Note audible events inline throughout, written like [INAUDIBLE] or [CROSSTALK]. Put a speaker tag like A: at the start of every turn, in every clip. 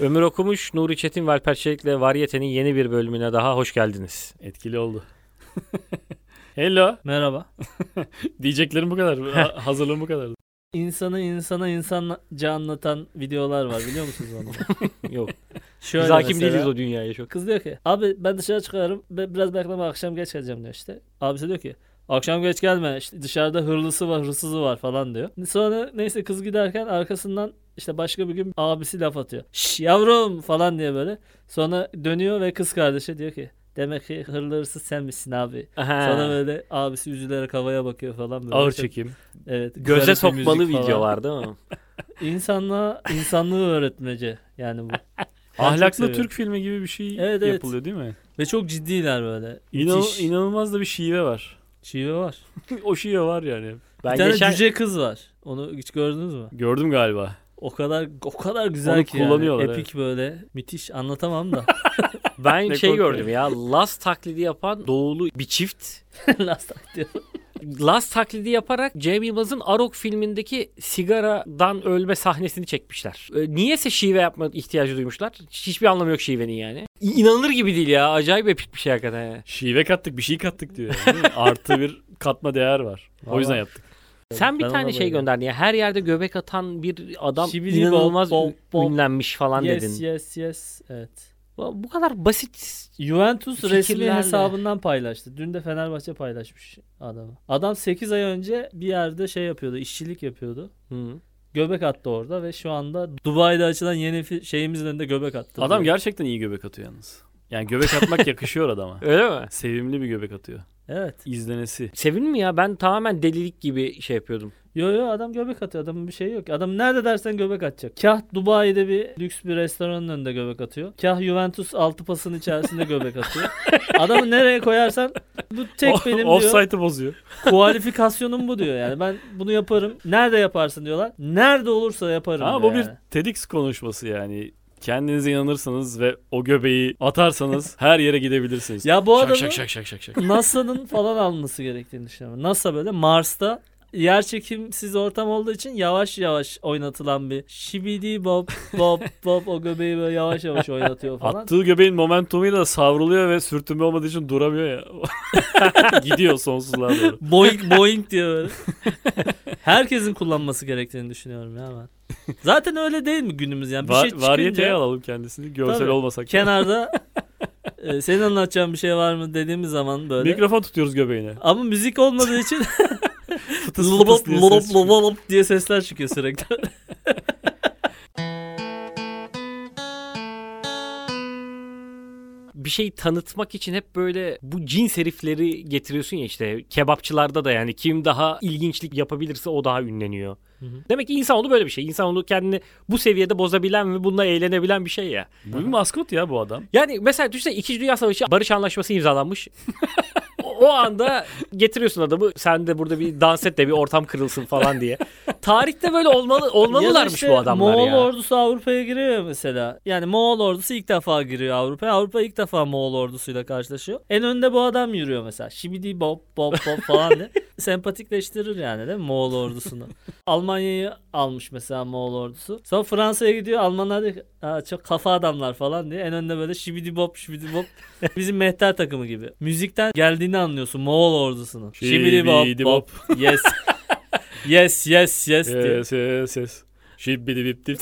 A: Ömür Okumuş, Nuri Çetin ve Alper Çelik'le Variyete'nin yeni bir bölümüne daha hoş geldiniz.
B: Etkili oldu. Hello.
C: Merhaba.
B: Diyeceklerim bu kadar.
C: [LAUGHS]
B: Ha- Hazırlığım bu kadar.
C: İnsanı insana insanca anlatan videolar var biliyor musunuz
B: [LAUGHS]
C: onu?
A: Yok.
C: Şöyle
A: Biz hakim
C: mesela,
A: değiliz o dünyaya çok.
C: Kız diyor ki abi ben dışarı çıkarım be- biraz bekleme akşam geç geleceğim diyor işte. Abisi diyor ki akşam geç gelme işte dışarıda hırlısı var hırsızı var falan diyor. Sonra neyse kız giderken arkasından işte başka bir gün abisi laf atıyor. Şş yavrum falan diye böyle. Sonra dönüyor ve kız kardeşi diyor ki demek ki hırlı hırsız sen misin abi.
A: Aha.
C: Sonra böyle abisi üzülerek havaya bakıyor falan böyle.
B: Ağır
C: Çok-
B: çekim.
C: Evet. güzel
A: Göze
C: bir
A: sokmalı
C: müzik falan.
A: videolar değil mi?
C: İnsanlığa insanlığı öğretmece yani
A: [LAUGHS]
C: bu. Ben çok
B: Ahlaklı
C: seviyorum.
B: Türk filmi gibi bir şey
C: Evet, evet.
B: yapılıyor değil mi?
C: Ve çok ciddiler böyle.
B: İnan,
C: Müthiş.
B: inanılmaz da bir şive var.
C: Şive var.
B: [LAUGHS] o şive var yani.
A: Ben
C: bir tane
A: geçen
C: cüce kız var. Onu hiç gördünüz mü?
B: Gördüm galiba.
C: O kadar o kadar güzel
B: Onu
C: ki yani.
B: kullanıyorlar,
C: Epik böyle. Müthiş. Anlatamam da. [LAUGHS]
A: ben
B: Ne
A: şey
B: korkuyor.
A: gördüm ya. Laz taklidi yapan doğulu bir çift.
C: Last Night diyor.
A: Laz taklidi yaparak Cem Yılmaz'ın Arok filmindeki sigaradan ölme sahnesini çekmişler. E, Niyeyse şive yapma ihtiyacı duymuşlar. Hiçbir anlamı yok şivenin yani. İ- İnanılır gibi değil ya. Acayip epik bir şey hakikaten ya.
B: Şive kattık bir şey kattık diyor.
A: [LAUGHS]
B: yani, değil mi? Artı bir katma değer var. O
C: Vallahi.
B: yüzden yaptık.
A: Sen bir
C: Ben ona
A: tane şey
C: bayıldım.
A: gönderdin ya. Her yerde göbek atan bir adam
C: Şibidi
A: inanılmaz
C: bop, bop, bop.
A: ünlenmiş falan
C: yes
A: dedin.
C: yes yes. Evet.
A: Bu bu kadar basit.
C: Juventus resmi
A: Fikirlerle.
C: hesabından paylaştı. Dün de Fenerbahçe paylaşmış adamı. Adam 8 ay önce bir yerde şey yapıyordu. işçilik yapıyordu.
A: Hı.
C: Göbek attı orada ve şu anda Dubai'de açılan yeni fi- şeyimizin önünde göbek attı.
B: Adam gerçekten iyi göbek atıyor yalnız. Yani göbek
C: [LAUGHS]
B: atmak yakışıyor adama.
A: Öyle mi?
B: Sevimli bir göbek atıyor.
C: Evet.
B: İzlenesi.
A: Sevin mi ya? Ben tamamen delilik gibi şey yapıyordum.
C: Yo yo adam göbek atıyor. Adamın bir şeyi yok. Adam nerede dersen göbek atacak. Kah Dubai'de bir lüks bir restoranın önünde göbek atıyor. Kah Juventus altı pasının içerisinde göbek
B: [LAUGHS]
C: atıyor. Adamı nereye koyarsan bu tek
B: O-
C: benim diyor.
B: Offside'ı bozuyor.
C: Kualifikasyonum bu diyor yani. Ben bunu yaparım. Nerede yaparsın diyorlar. Nerede olursa yaparım.
B: Ama bu
C: diyor
B: bir
C: yani.
B: TEDx konuşması yani. Kendinize inanırsanız ve o göbeği
C: [LAUGHS]
B: atarsanız her yere gidebilirsiniz.
C: Ya bu adamı
B: şak şak şak şak şak.
C: NASA'nın falan alması gerektiğini düşünüyorum. NASA böyle Mars'ta yerçekimsiz ortam olduğu için yavaş yavaş oynatılan bir şibidi bop bop bop o göbeği böyle yavaş yavaş oynatıyor falan.
B: Attığı göbeğin momentumuyla savruluyor ve sürtünme olmadığı için duramıyor ya. [LAUGHS] Gidiyor sonsuzluğa doğru.
C: Boing boing diye böyle. Herkesin kullanması gerektiğini düşünüyorum ya ben. Zaten öyle değil mi günümüz yani? Bir
B: Va-
C: şey çıkınca
B: varyeteye alalım kendisini. Görsel
C: Tabii.
B: olmasak. da.
C: kenarda e, senin anlatacağın bir şey var mı dediğimiz zaman böyle.
B: Mikrofon tutuyoruz göbeğine.
C: Ama müzik olmadığı için
B: Fıtıs fıtıs
C: lop
B: diye
C: lop
B: ses çıkıyor.
C: lop lop diye sesler çıkıyor sürekli.
A: bir şey tanıtmak için hep böyle bu cins herifleri getiriyorsun ya işte kebapçılarda da yani kim daha ilginçlik yapabilirse o daha ünleniyor.
C: Hı hı.
A: Demek ki insanoğlu böyle bir şey. İnsanoğlu kendini bu seviyede bozabilen ve bununla eğlenebilen bir şey ya.
B: Bu bir maskot ya bu adam.
A: Yani mesela düşünsene 2. Dünya Savaşı barış anlaşması imzalanmış. [LAUGHS] o, o anda getiriyorsun adamı sen de burada bir dans et de bir ortam kırılsın falan diye. Tarihte böyle olmalı olmalılarmış
C: işte
A: bu adamlar
C: Moğol
A: ya.
C: ordusu Avrupa'ya giriyor ya mesela. Yani Moğol ordusu ilk defa giriyor Avrupa'ya. Avrupa ilk defa Moğol ordusuyla karşılaşıyor. En önde bu adam yürüyor mesela. Şibidi bop bop bop falan
A: [LAUGHS]
C: diye. Sempatikleştirir yani değil mi Moğol ordusunu. Almanya'yı almış mesela Moğol ordusu. Sonra Fransa'ya gidiyor. Almanlar diyor ki "Aa, çok kafa adamlar falan diye. En önde böyle şibidi bop şibidi
A: [LAUGHS]
C: bop. Bizim mehter takımı gibi. Müzikten geldiğini anlıyorsun Moğol ordusunun. Şibidi bop
B: Şibidi
C: bop.
A: [LAUGHS]
C: Yes. Yes yes yes diye.
B: Ses Ee, ses ses. Şibbidi bip dip.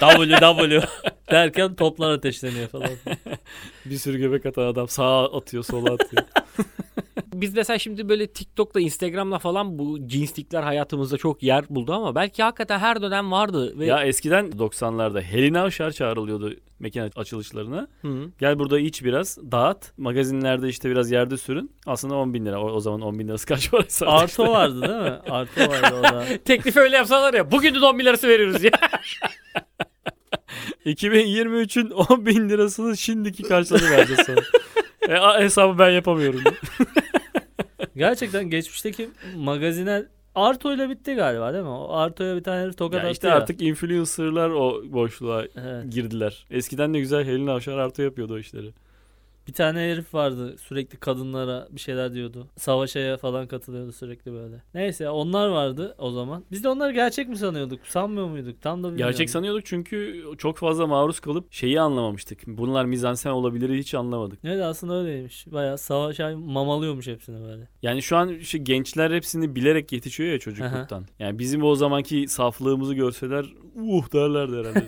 C: WW derken toplar ateşleniyor falan.
B: Bir sürü göbek atan adam sağa atıyor sola atıyor.
A: Biz mesela şimdi böyle TikTok'la Instagram'la falan bu cinslikler hayatımızda çok yer buldu ama belki hakikaten her dönem vardı [LAUGHS] ve
B: ya eskiden 90'larda Helena Avşar çağrılıyordu mekan açılışlarına.
A: Hı.
B: Gel burada iç biraz dağıt. Magazinlerde işte biraz yerde sürün. Aslında 10 bin lira. O, o zaman 10 bin lirası kaç paraysa.
C: [LAUGHS]
B: artık.
C: Arto vardı değil mi? Arto vardı o da.
A: [LAUGHS] teklifi öyle yapsalar ya bugün de 10 bin lirası veriyoruz ya.
B: 2023'ün 10 bin lirasını şimdiki karşılığını vereceğiz
A: [LAUGHS]
B: sana. e, a- hesabı ben yapamıyorum.
C: Gerçekten geçmişteki magazinel Arto'yla bitti galiba değil mi? O Arto'ya bir tane herif tokat
B: ya
C: attı
B: işte
C: ya.
B: artık influencerlar o boşluğa
C: Evet.
B: girdiler. Eskiden de güzel Helin Avşar artı yapıyordu o işleri.
C: Bir tane herif vardı sürekli kadınlara bir şeyler diyordu. Savaşa falan katılıyordu sürekli böyle. Neyse onlar vardı o zaman. Biz de onları gerçek mi sanıyorduk? Sanmıyor muyduk? Tam da bilmiyorum.
B: Gerçek sanıyorduk çünkü çok fazla maruz kalıp şeyi anlamamıştık. Bunlar mizansen olabilir hiç anlamadık.
C: Evet aslında öyleymiş. Bayağı savaş ay- mamalıyormuş hepsini böyle.
B: Yani şu an işte gençler hepsini bilerek yetişiyor ya çocukluktan. Yani bizim o zamanki saflığımızı görseler uh derlerdi herhalde.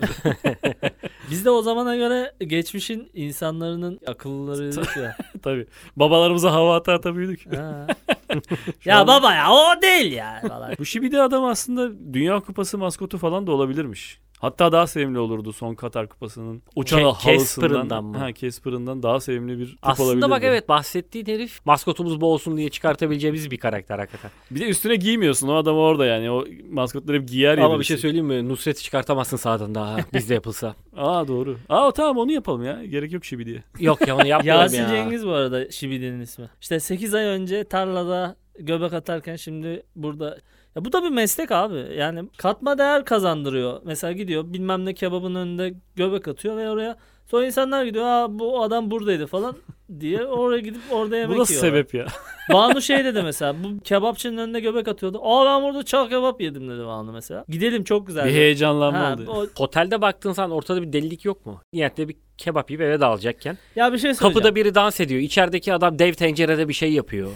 B: [LAUGHS]
C: Biz de o zamana göre geçmişin insanların akıllarıydık ya.
B: Tabii. Babalarımıza hava ata ata büyüdük.
C: Ha.
B: [LAUGHS] Şu
C: ya
B: an-
C: baba ya o değil
B: [LAUGHS]
C: ya falan.
B: Bu Şibidi adam aslında Dünya Kupası maskotu falan da olabilirmiş. Hatta daha sevimli olurdu son Katar Kupası'nın uçan
A: Ke-
B: halısından.
A: Casper'ından mı?
B: Ha, Casper'ından daha sevimli bir kup
A: Aslında bak
B: olabilirdi.
A: evet bahsettiğin herif maskotumuz bu olsun diye çıkartabileceğimiz bir karakter hakikaten.
B: Bir de üstüne giymiyorsun o adam orada yani. O maskotları hep giyer ya.
A: Ama bir
B: birisi.
A: şey söyleyeyim mi? Nusret'i çıkartamazsın sağdan daha bizde yapılsa. [LAUGHS]
B: Aa doğru. Aa tamam onu yapalım ya. Gerek yok Şibidi'ye.
A: Yok ya onu yapmıyorum
C: Yasin
A: ya.
C: Cengiz bu arada Şibidi'nin ismi. İşte 8 ay önce tarlada göbek atarken şimdi burada ya bu da bir meslek abi. Yani katma değer kazandırıyor. Mesela gidiyor bilmem ne kebabın önünde göbek atıyor ve oraya sonra insanlar gidiyor. Aa bu adam buradaydı
B: [LAUGHS]
C: falan diye oraya gidip orada yemek
B: Bu nasıl
C: yiyorlar.
B: sebep ya?
C: [LAUGHS] Banu şey dedi mesela bu kebapçının önüne göbek atıyordu. Aa ben burada çağ kebap yedim dedi Banu mesela. Gidelim çok güzel.
B: bir heyecanlanma
C: Ha,
B: oldu.
C: o-
A: Otelde baktığın zaman ortada bir delilik yok mu? Niyetle bir kebap yiyip eve dalacakken.
C: ya bir şey söyleyeceğim.
A: Kapıda biri dans ediyor. İçerideki adam dev tencerede bir şey [LAUGHS] yapıyor.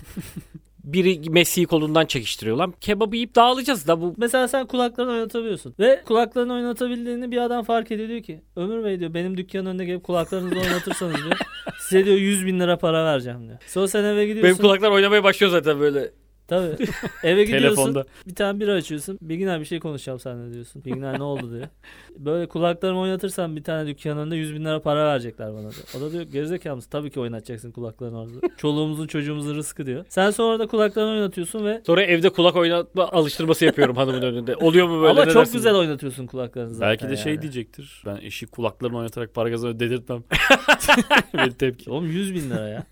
A: biri Messi'yi kolundan çekiştiriyor lan. Kebabı yiyip dağılacağız da bu
C: Mesela sen kulaklarını oynatabiliyorsun. Ve kulaklarını oynatabildiğini bir adam fark ediyor diyor ki Ömür Bey diyor benim dükkanın önüne gelip kulaklarınızı oynatırsanız
B: [LAUGHS]
C: diyor size diyor 100 bin lira para vereceğim diyor. Sonra sen eve gidiyorsun.
A: kulaklar oynamaya başlıyor zaten böyle.
C: Tabii. [LAUGHS] Eve gidiyorsun.
B: Telefonda.
C: Bir tane bira açıyorsun. Bilgin abi bir şey konuşacağım seninle diyorsun. Bilgin abi ne oldu diyor. Böyle kulaklarımı oynatırsam bir tane dükkanın önünde 100 bin lira para verecekler bana diyor. O da diyor gerizekalı mısın? Tabii ki oynatacaksın kulaklarını orada.
B: [LAUGHS]
C: Çoluğumuzun çocuğumuzun rızkı diyor. Sen sonra da kulaklarını oynatıyorsun ve
A: Sonra evde kulak oynatma alıştırması yapıyorum hanımın önünde. Oluyor mu böyle?
C: ama
A: ne
C: çok
A: dersin?
C: güzel oynatıyorsun kulaklarını zaten
B: Belki de şey
C: yani.
B: diyecektir. Ben eşi kulaklarını oynatarak para kazanıp [LAUGHS] dedirtmem. Böyle tepki.
C: Oğlum 100 bin lira ya.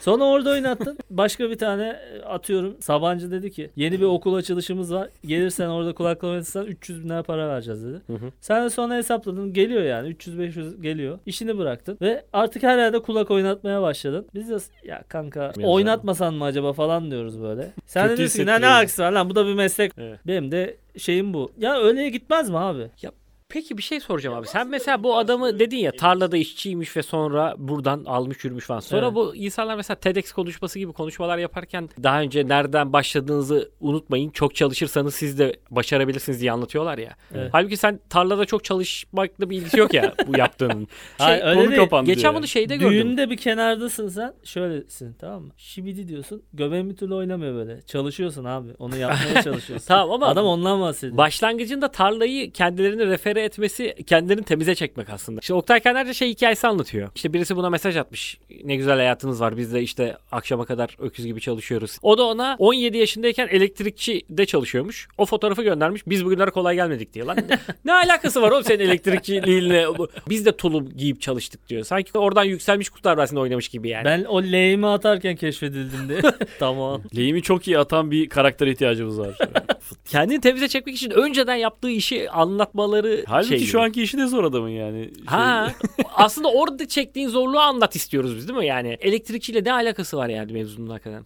C: Sonra orada oynattın. Başka bir tane e, atıyorum. Sabancı dedi ki yeni bir okul açılışımız var. Gelirsen orada kulaklığı oynatırsan 300 bin lira para vereceğiz dedi.
A: Hı hı.
C: Sen de sonra hesapladın. Geliyor yani 300-500 geliyor. İşini bıraktın. Ve artık her yerde kulak oynatmaya başladın. Biz de ya kanka
A: Biraz
C: oynatmasan mı acaba falan diyoruz böyle. Sen de
B: Kötü
C: diyorsun ki ne ne
B: hissettiriyor.
C: alakası var lan bu da bir meslek.
B: Evet.
C: Benim de şeyim bu. Ya öyle gitmez mi abi?
A: Peki bir şey soracağım abi. Sen mesela bu adamı dedin ya tarlada işçiymiş ve sonra buradan almış yürümüş falan. Sonra
C: Evet.
A: bu insanlar mesela TEDx konuşması gibi konuşmalar yaparken daha önce nereden başladığınızı unutmayın. Çok çalışırsanız siz de başarabilirsiniz diye anlatıyorlar ya.
C: Evet.
A: Halbuki sen tarlada çok çalışmakla bir ilgisi yok ya bu şey. yaptığının.
C: Hayır, öyle
B: konu
C: değil.
B: kapandı diyor
A: Geçen
B: yani.
A: bunu şeyde gördüm.
C: Düğünde bir kenardasın sen. Şöylesin tamam mı? Şibidi diyorsun. Göbeğin bir türlü oynamıyor böyle. Çalışıyorsun abi.
A: [LAUGHS]
C: Onu yapmaya çalışıyorsun.
A: Tamam ama
C: Adam ondan bahsediyor.
A: Başlangıcında tarlayı kendilerini refere etmesi kendilerini temize çekmek aslında. İşte Oktay Kenerci şey hikayesi anlatıyor. İşte birisi buna mesaj atmış. Ne güzel hayatınız var biz de işte akşama kadar öküz gibi çalışıyoruz. O da ona 17 yaşındayken elektrikçi de çalışıyormuş. O fotoğrafı göndermiş. Biz bugünlere kolay gelmedik diyor lan. ne alakası var oğlum senin elektrikçiliğinle? Biz de tulum giyip çalıştık diyor. Sanki oradan yükselmiş kurtlar Vadisi'nde oynamış gibi yani.
C: ben o leğimi atarken
A: [LAUGHS]
C: keşfedildim diye. tamam.
B: Lehimi çok iyi atan bir karakter ihtiyacımız var.
A: Kendini temize çekmek için önceden yaptığı işi anlatmaları
B: [LAUGHS] Halbuki
A: şey gibi.
B: şu anki işi de zor adamın yani. Şey-
A: Ha. aslında orada çektiğin zorluğu anlat istiyoruz biz değil mi? Yani elektrikçiyle ne alakası var yani mevzunun hakikaten?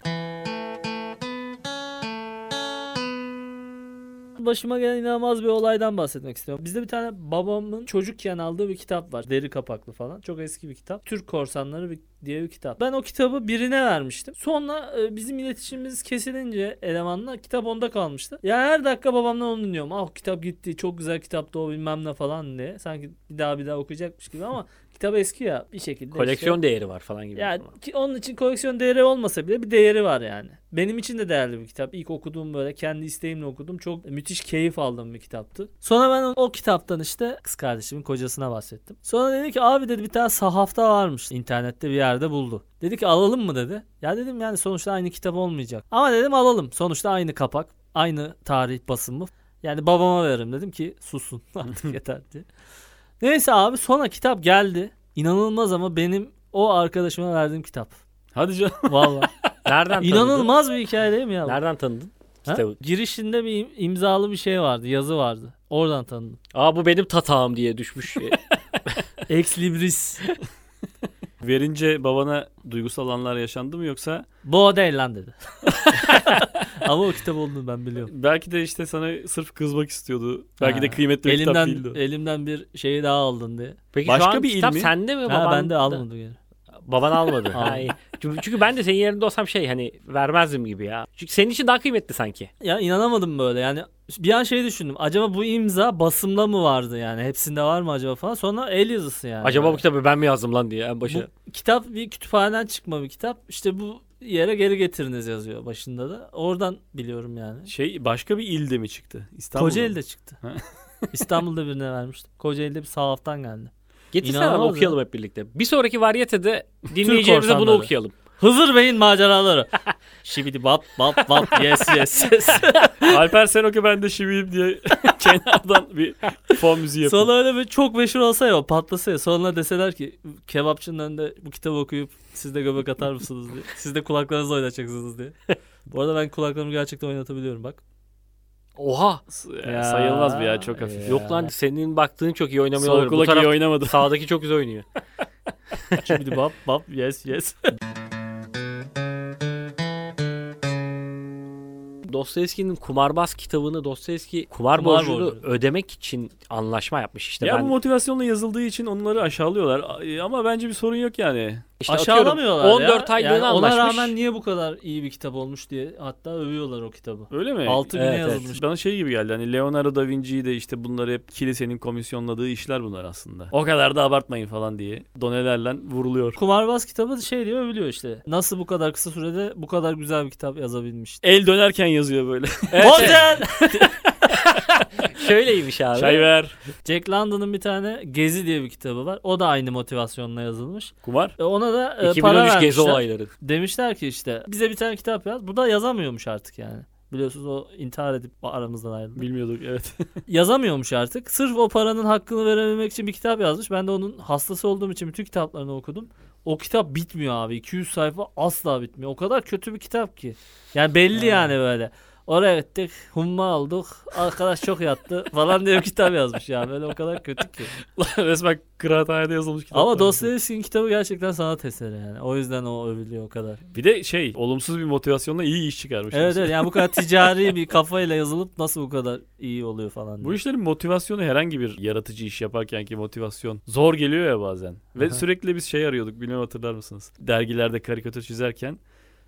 C: Başıma gelen inanılmaz bir olaydan bahsetmek istiyorum. Bizde bir tane babamın çocukken aldığı bir kitap var. Deri kapaklı falan. Çok eski bir kitap. Türk Korsanları bir- diye bir kitap. Ben o kitabı birine vermiştim. Sonra e, bizim iletişimimiz kesilince elemanla kitap onda kalmıştı. Ya her dakika babamdan onu dinliyorum. Ah kitap gitti. Çok güzel kitaptı o bilmem ne falan diye. Sanki bir daha bir daha okuyacakmış gibi ama [LAUGHS] kitap eski ya bir şekilde. işte-
A: Koleksiyon değeri var falan gibi. şey
C: ya ki onun için koleksiyon değeri olmasa bile bir değeri var yani. Benim için de değerli bir kitap. İlk okuduğum böyle kendi isteğimle okudum. Çok müthiş keyif aldığım bir kitaptı. Sonra ben o, o kitaptan işte kız kardeşimin kocasına bahsettim. Sonra dedi ki abi dedi bir tane sahafta varmış. internette bir yerde buldu. Dedi ki alalım mı dedi. Ya dedim yani sonuçta aynı kitap olmayacak. Ama dedim alalım. Sonuçta aynı kapak. Aynı tarih basımı. Yani babama veririm dedim ki susun [LAUGHS] artık yeter diye. Neyse abi sonra kitap geldi. İnanılmaz ama benim o arkadaşıma verdiğim kitap.
B: [LAUGHS] Hadi canım. [LAUGHS]
C: Vallahi.
A: Nereden tanıdın?
C: İnanılmaz bir hikaye değil mi ya? bu?
A: Nereden tanıdın?
C: Ha?
A: Kitabı.
C: Girişinde bir im- imzalı bir şey vardı. Yazı vardı. Oradan tanıdım. [LAUGHS]
A: Aa bu benim tatağım diye düşmüş.
C: Ex Libris.
B: Verince babana duygusal anlar yaşandı mı yoksa
C: Bu değil lan
B: [LAUGHS]
C: dedi. Ama o kitap olduğunu ben biliyorum.
B: belki de işte sana sırf kızmak istiyordu. Belki
C: Ha.
B: de kıymetli bir kitap
C: Elimden
B: değildi.
C: elimden bir şeyi daha aldın diye.
A: Peki
B: Başka
A: şu an
B: bir
A: kitap
B: ilmi-
A: sende mi?
C: Ha,
A: baban-
C: ben de almadım gene.
A: Baban
C: [LAUGHS]
A: almadı.
C: Almadım.
A: Ay. Çünkü çünkü ben de senin yerinde olsam şey hani vermezdim gibi ya. Çünkü senin için daha kıymetli sanki.
C: Ya inanamadım böyle yani bir an şey düşündüm. Acaba bu imza basımda mı vardı yani? Hepsinde var mı acaba falan. Sonra el yazısı yani.
A: Acaba bu
C: Böyle.
A: kitabı ben mi yazdım lan diye en
B: Şey-
A: başa.
C: Bu kitap bir kütüphaneden çıkma bir kitap. İşte bu yere geri getiriniz yazıyor başında da. Oradan biliyorum yani.
B: Şey başka bir ilde mi çıktı? İstanbul'da mı?
C: Kocaeli'de çıktı.
B: Ha.
C: [LAUGHS] İstanbul'da birine vermiştim. Kocaeli'de bir sahaftan geldi.
A: Getirsene abi,
C: İnanılmaz ya.
A: okuyalım hep birlikte. Bir sonraki varyetede dinleyeceğimize bunu
C: korsanları.
A: okuyalım.
C: Hızır Bey'in
B: [LAUGHS]
C: maceraları. Şibidi bap bap bap yes yes yes.
B: Alper Senok'u ben de şiviyim diye [LAUGHS] kenardan bir fon müziği yapıyor.
C: Sonra öyle bir çok meşhur olsa ya patlasa ya sonra deseler ki kebapçının önünde bu kitabı okuyup siz de göbek atar mısınız diye. Siz de kulaklarınızı oynatacaksınız diye. Bu arada ben kulaklarımı gerçekten oynatabiliyorum bak.
A: Oha.
B: Ya, sayılmaz bu ya çok hafif.
C: Ya.
A: Yok lan senin baktığın çok iyi oynamıyor.
B: Sol
A: olabilir. Bu
B: kulak
A: taraf
B: iyi oynamadı.
A: sağdaki çok güzel oynuyor.
C: Şibidi bap bap yes yes.
A: Dostoyevski'nin Kumarbaz kitabını Dostoyevski kumar,
C: Kumar
A: borcunu
C: borcu.
A: ödemek için anlaşma yapmış işte.
B: ya
A: ben
B: bu motivasyonla yazıldığı için onları aşağılıyorlar. A- e, Ama bence bir sorun yok yani.
A: işte atıyorum,
C: Aşağılamıyorlar ya.
A: 14 aylığına
C: yani Ona
A: anlaşmış. [LAUGHS]
C: rağmen niye bu kadar iyi bir kitap olmuş diye hatta övüyorlar o kitabı.
B: Öyle mi?
C: Altı güne
A: Evet, evet.
C: yazılmış.
B: Bana şey gibi geldi hani Leonardo da Vinci'yi de işte bunları hep kilisenin komisyonladığı işler bunlar aslında. O kadar da abartmayın falan diye donelerle vuruluyor.
C: Kumarbaz kitabı şey diye övülüyor işte. Nasıl bu kadar kısa sürede bu kadar güzel bir
A: [LAUGHS]
C: kitap yazabilmiş.
B: El dönerken yazıyor [LAUGHS] böyle.
C: Modern!
A: Şöyleymiş abi.
B: Çay ver.
C: Jack London'ın bir tane Gezi diye bir kitabı var. O da aynı motivasyonla yazılmış.
B: Kumar.
C: E, ona da e,
A: 2013
C: para vermişler.
A: gezi olayları.
C: Demişler ki işte bize bir tane kitap yaz. Bu da yazamıyormuş artık yani. Biliyorsunuz o intihar edip aramızdan ayrıldı.
B: Bilmiyorduk evet. [LAUGHS]
C: Yazamıyormuş artık. Sırf o paranın hakkını verememek için bir kitap yazmış. Ben de onun hastası olduğum için bütün kitaplarını okudum. O kitap bitmiyor abi. 200 sayfa asla bitmiyor. O kadar kötü bir kitap ki. Yani belli yani böyle. Oraya gittik, humma aldık, arkadaş çok
B: [LAUGHS]
C: yattı falan diye bir kitap yazmış yani. Böyle o kadar kötü ki.
B: Resmen kıraathanede yazılmış kitap.
C: Ama Dostoyevski'nin kitabı gerçekten sanat eseri yani. O yüzden o övülüyor o kadar.
B: Bir de şey olumsuz bir motivasyonla iyi iş çıkarmış.
C: Evet
B: aslında.
C: evet yani bu kadar ticari bir kafayla yazılıp nasıl bu kadar iyi oluyor falan.
B: Bu
C: diye.
B: işlerin motivasyonu herhangi bir yaratıcı iş yaparken ki motivasyon zor geliyor ya bazen. Ve
C: Aha.
B: sürekli biz şey arıyorduk bilmem hatırlar mısınız? Dergilerde karikatür çizerken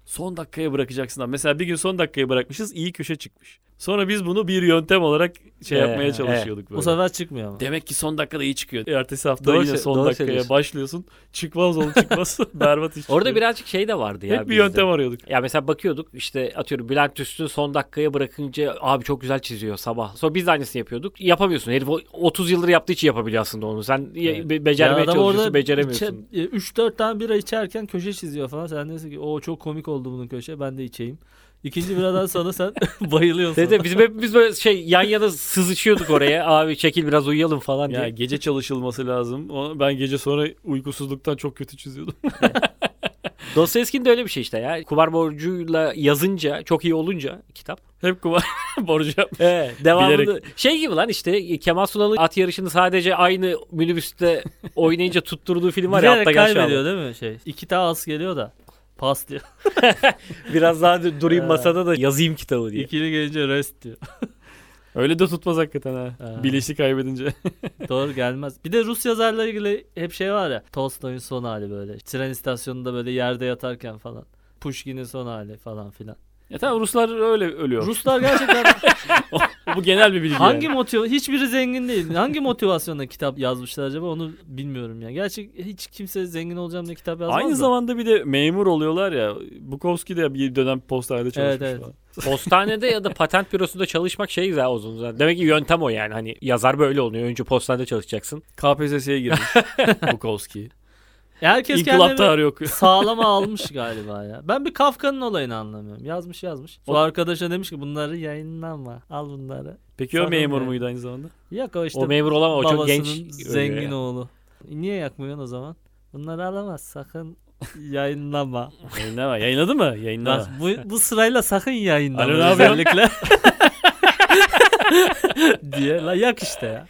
B: son dakikaya bırakacaksın. lan. Mesela bir gün son dakikaya bırakmışız iyi köşe çıkmış. Sonra biz bunu bir yöntem olarak şey
A: Ee,
B: yapmaya
A: e.
B: çalışıyorduk böyle.
C: bu sefer çıkmıyor ama.
B: Demek ki son dakikada iyi çıkıyor. Ertesi hafta
A: Doğru
B: yine
A: sö-
B: son
A: doğru
B: dakikaya
A: söylüyorsun.
B: başlıyorsun. Çıkmaz oğlum [LAUGHS] çıkmaz. Berbat iş.
A: Orada
B: çıkıyor.
A: birazcık şey de vardı ya.
B: hep bir
A: bizde.
B: yöntem arıyorduk.
A: Ya mesela bakıyorduk işte atıyorum Bülent Üstün son dakikaya bırakınca abi çok güzel çiziyor sabah. Sonra biz de aynısını yapıyorduk. Yapamıyorsun. Herif o 30 yıldır yaptığı için yapabiliyor aslında onu. Sen ye-
B: Evet.
A: be- becermeye çalışıyorsun beceremiyorsun.
C: 3-4 e, tane bira içerken köşe çiziyor falan. Sen diyorsun ki o çok komik oldu bunun köşe ben de içeyim. İkinci biradan sonra sen [LAUGHS] bayılıyorsun.
A: Dede bizim hepimiz böyle şey yan yana sızışıyorduk oraya. [LAUGHS] Abi çekil biraz uyuyalım falan
B: Ya
A: diye.
B: gece çalışılması lazım. O- Hani Ben gece sonra uykusuzluktan çok kötü çiziyordum. [LAUGHS]
A: Dostoyevski'nin de öyle bir şey işte ya. Kumar borcuyla yazınca çok iyi olunca kitap.
B: Hep kumar [LAUGHS] borcu
A: [LAUGHS]
B: yapmış.
A: Evet, devamını
B: Bilerek.
A: şey gibi lan işte Kemal Sunal'ın at yarışını sadece aynı minibüste oynayınca tutturduğu film var ya
C: Bilerek
A: altta
C: kaybediyor değil mi şey? İki tane as geliyor da pas diyor.
A: Biraz daha dur- durayım
C: Ee,
A: masada da yazayım kitabı diye.
C: İkili gelince rest diyor. [LAUGHS]
B: Öyle de tutmaz hakikaten ha.
C: Ha.
B: Bilinçli kaybedince.
C: Doğru gelmez. Bir de Rus yazarla ilgili hep şey var ya. Tolstoy'un son hali böyle. Tren istasyonunda böyle yerde yatarken falan. Pushkin'in son hali falan filan.
B: ya tamam [LAUGHS] Ruslar öyle ölüyor.
C: Ruslar gerçekten
B: Bu genel bir bilgi.
C: hangi
B: yani.
C: motiv hiçbiri zengin değil. Hangi motivasyonla kitap yazmışlar acaba onu bilmiyorum ya. Gerçi hiç kimse zengin olacağım diye kitap yazmaz.
B: Aynı
C: da.
B: zamanda bir de memur oluyorlar ya. Bukowski de bir dönem postanede çalışmış
C: Evet, evet.
B: falan.
A: [LAUGHS] Postanede ya da patent bürosunda çalışmak şey güzel uzun zaten. Demek ki yöntem o yani. Hani yazar böyle oluyor. Önce postanede çalışacaksın.
B: KPSS'ye [LAUGHS] girmiş Bukowski.
C: herkes
B: İnkılapta
C: kendini
B: arıyor.
C: sağlama almış galiba ya. Ben bir Kafka'nın olayını anlamıyorum. Yazmış yazmış. O
B: O-
C: arkadaşa demiş ki bunları yayınlanma. Al bunları.
B: Peki o
C: Sanırım
B: memur
C: yani.
B: muydu aynı zamanda?
C: Yok o işte
A: o memur olamaz. O çok genç.
C: babasının
A: ölüyor
C: zengin
A: ya.
C: oğlu. Niye yakmıyorsun o zaman? Bunları alamaz sakın yayınlama.
B: Yayınlama. Yayınladı mı? Yayınlama.
C: Bak, bu, bu sırayla sakın yayınlama
B: Alo, ne yapıyorsun? [LAUGHS]
C: özellikle. diye la yak işte ya.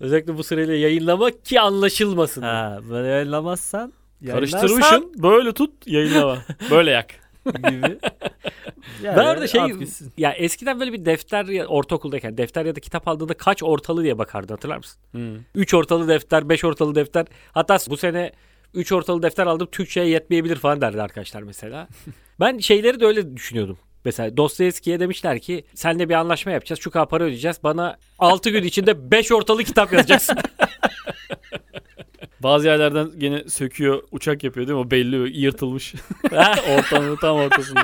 A: Özellikle bu sırayla yayınlamak ki anlaşılmasın.
C: Ha, böyle yayınlamazsan yayınlarsan
B: Karıştırmışsın. Böyle tut yayınlama. [LAUGHS] böyle yak.
C: gibi.
B: [LAUGHS]
C: Yani
A: Ben orada şey
C: at gitsin.
A: ya eskiden böyle bir defter ya, ortaokuldayken defter ya da kitap aldığında kaç ortalı diye bakardın hatırlar mısın? 3 ortalı defter, 5 ortalı defter. Hatta bu sene 3 ortalı defter aldım Türkçe'ye yetmeyebilir falan derdi arkadaşlar [LAUGHS] mesela. ben şeyleri de öyle düşünüyordum. Mesela Dostoyevski'ye demişler ki seninle bir anlaşma yapacağız. Şu kadar para ödeyeceğiz. Bana 6 gün içinde 5 ortalı kitap yazacaksın.
B: Bazı yerlerden gene söküyor, uçak yapıyor değil mi? O belli, böyle [LAUGHS] yırtılmış. Ortanın tam ortasında.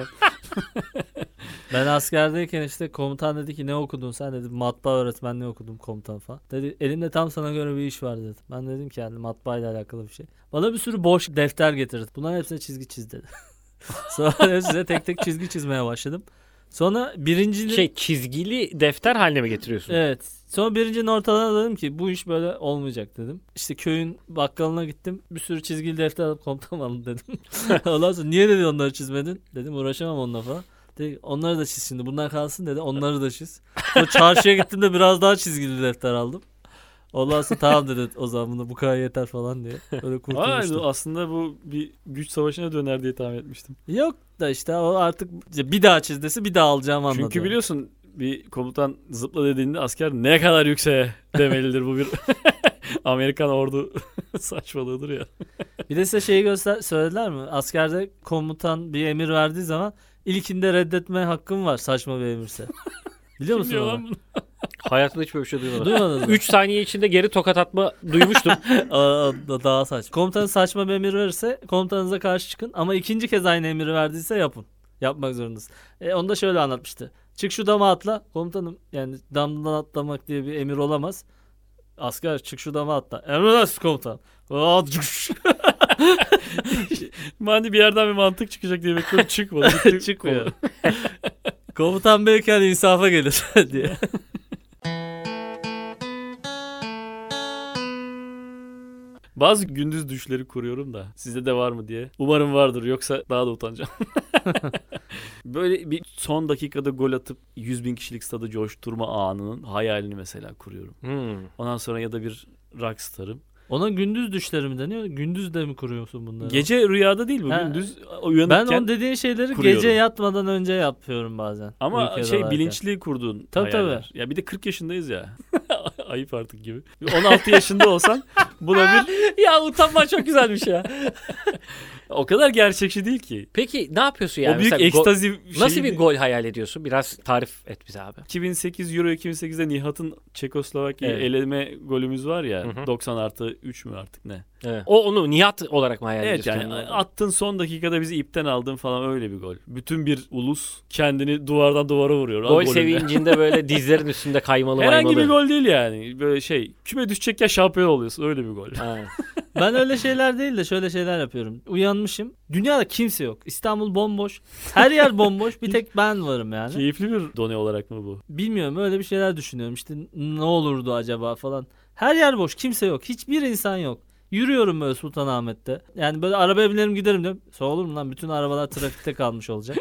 C: Ben askerdeyken işte komutan dedi ki ne okudun sen dedim matbaa öğretmenliği okudum komutan falan. Dedi elimde tam sana göre bir iş var dedi. Ben dedim ki yani matbaayla alakalı bir şey. Bana bir sürü boş defter getirdi. Bunların hepsine çizgi çiz dedi. [LAUGHS] Sonra hepsine tek tek çizgi çizmeye başladım. Sonra birinci
A: [LAUGHS] şey çizgili defter haline mi getiriyorsun?
C: Evet. Sonra birincinin ortalarına dedim ki bu iş böyle olmayacak dedim. İşte köyün bakkalına gittim. Bir sürü çizgili defter alıp komutan aldım dedim. Ondan sonra niye dedi onları çizmedin? Dedim uğraşamam onunla falan. Dedi, onları da çiz şimdi bunlar kalsın dedi onları da çiz. Sonra çarşıya gittim de biraz daha çizgili defter aldım. Ondan sonra tamam dedi o zaman bunu bu kadar yeter falan diye. Böyle
B: Aa,
C: kurtulmuştum.
B: aslında bu bir güç savaşına döner diye tahmin etmiştim.
C: Yok da işte o artık bir daha çiz dese bir daha alacağım anladım.
B: Çünkü biliyorsun bir komutan zıpla dediğinde asker ne kadar yükseğe demelidir bu bir [LAUGHS] Amerikan ordu [LAUGHS] saçmalığıdır ya.
C: Bir de size şeyi göster söylediler mi? Askerde komutan bir emir verdiği zaman ilkinde reddetme hakkım var saçma bir emirse. Biliyor musun
B: Kim diyor
C: onu?
B: lan bunu?
A: [LAUGHS] Hayatımda hiç böyle bir şey duymadım.
C: Duymadınız mı?
A: 3 saniye içinde geri tokat atma duymuştum.
C: [LAUGHS] Aa, da- daha saçma. Komutan saçma bir emir verirse komutanınıza karşı çıkın ama ikinci kez aynı emiri verdiyse yapın. Yapmak zorundasın. E, onu da şöyle anlatmıştı. Çık şu dama atla. Komutanım yani damdan atlamak diye bir emir olamaz. Asker çık şu dama atla. Emredersiniz komutan. Aa, [LAUGHS]
B: Mani bir yerden bir mantık çıkacak diye bekliyorum. Çıkmadı. [LAUGHS] Gitti.
C: Çıkmıyor. Komutan belki hani insafa gelir [LAUGHS] diye.
B: Bazı gündüz düşleri kuruyorum da sizde de var mı diye. Umarım vardır yoksa daha da utanacağım. [LAUGHS] Böyle bir son dakikada gol atıp 100 bin kişilik stadı coşturma anının hayalini mesela kuruyorum.
A: [LAUGHS] Hmm.
B: Ondan sonra ya da bir rockstarım.
C: Ona gündüz düşleri mi deniyor? Gündüz de mi kuruyorsun bunları?
B: Gece rüyada değil bu
C: Ha.
B: gündüz
C: ben
B: uyanırken.
C: onun dediğin şeyleri
B: kuruyorum.
C: gece yatmadan önce yapıyorum bazen.
B: Ama
C: Uykuya
B: şey
C: dalarken.
B: bilinçli kurduğun
C: Tabii,
B: hayaller. Ya bir de 40 yaşındayız ya. [LAUGHS] Ayıp artık gibi. Bir 16 yaşında olsan buna
A: [LAUGHS]
B: bir
A: [LAUGHS] ya utanma çok güzelmiş ya.
B: o kadar gerçekçi değil ki.
A: Peki ne yapıyorsun yani?
B: o büyük
A: Mesela go-
B: ekstazi şeyi
A: Nasıl bir şey gol hayal ediyorsun? Biraz tarif et bize abi.
B: 2008 Euro 2008'de Nihat'ın Çekoslovakya
A: Evet.
B: eleme golümüz var ya.
A: Hı hı.
B: 90 artı 3 mü artık ne?
A: O onu Nihat olarak mı hayal
B: evet
A: ediyorsun?
B: yani
A: kendine?
B: attın son dakikada bizi ipten aldın falan öyle bir gol. Bütün bir ulus kendini duvardan duvara vuruyor. Al
A: gol
B: golünü.
A: sevincinde böyle dizlerin üstünde kaymalı
B: Herhangi
A: maymalı.
B: bir gol değil yani. Böyle şey küme düşecekken şampiyon oluyorsun öyle bir gol.
A: Ha.
C: [LAUGHS] [LAUGHS] Ben öyle şeyler değil de şöyle şeyler yapıyorum. Uyanmışım. Dünyada kimse yok. İstanbul bomboş. Her yer bomboş. Bir tek ben varım yani.
B: Keyifli bir done olarak mı bu?
C: Bilmiyorum öyle bir şeyler düşünüyorum. İşte ne olurdu acaba falan. Her yer boş. Kimse yok. Hiçbir insan yok. Yürüyorum böyle Sultanahmet'te. Yani böyle arabaya binerim giderim diyorum. Sonra olur mu lan? Bütün arabalar trafikte kalmış olacak.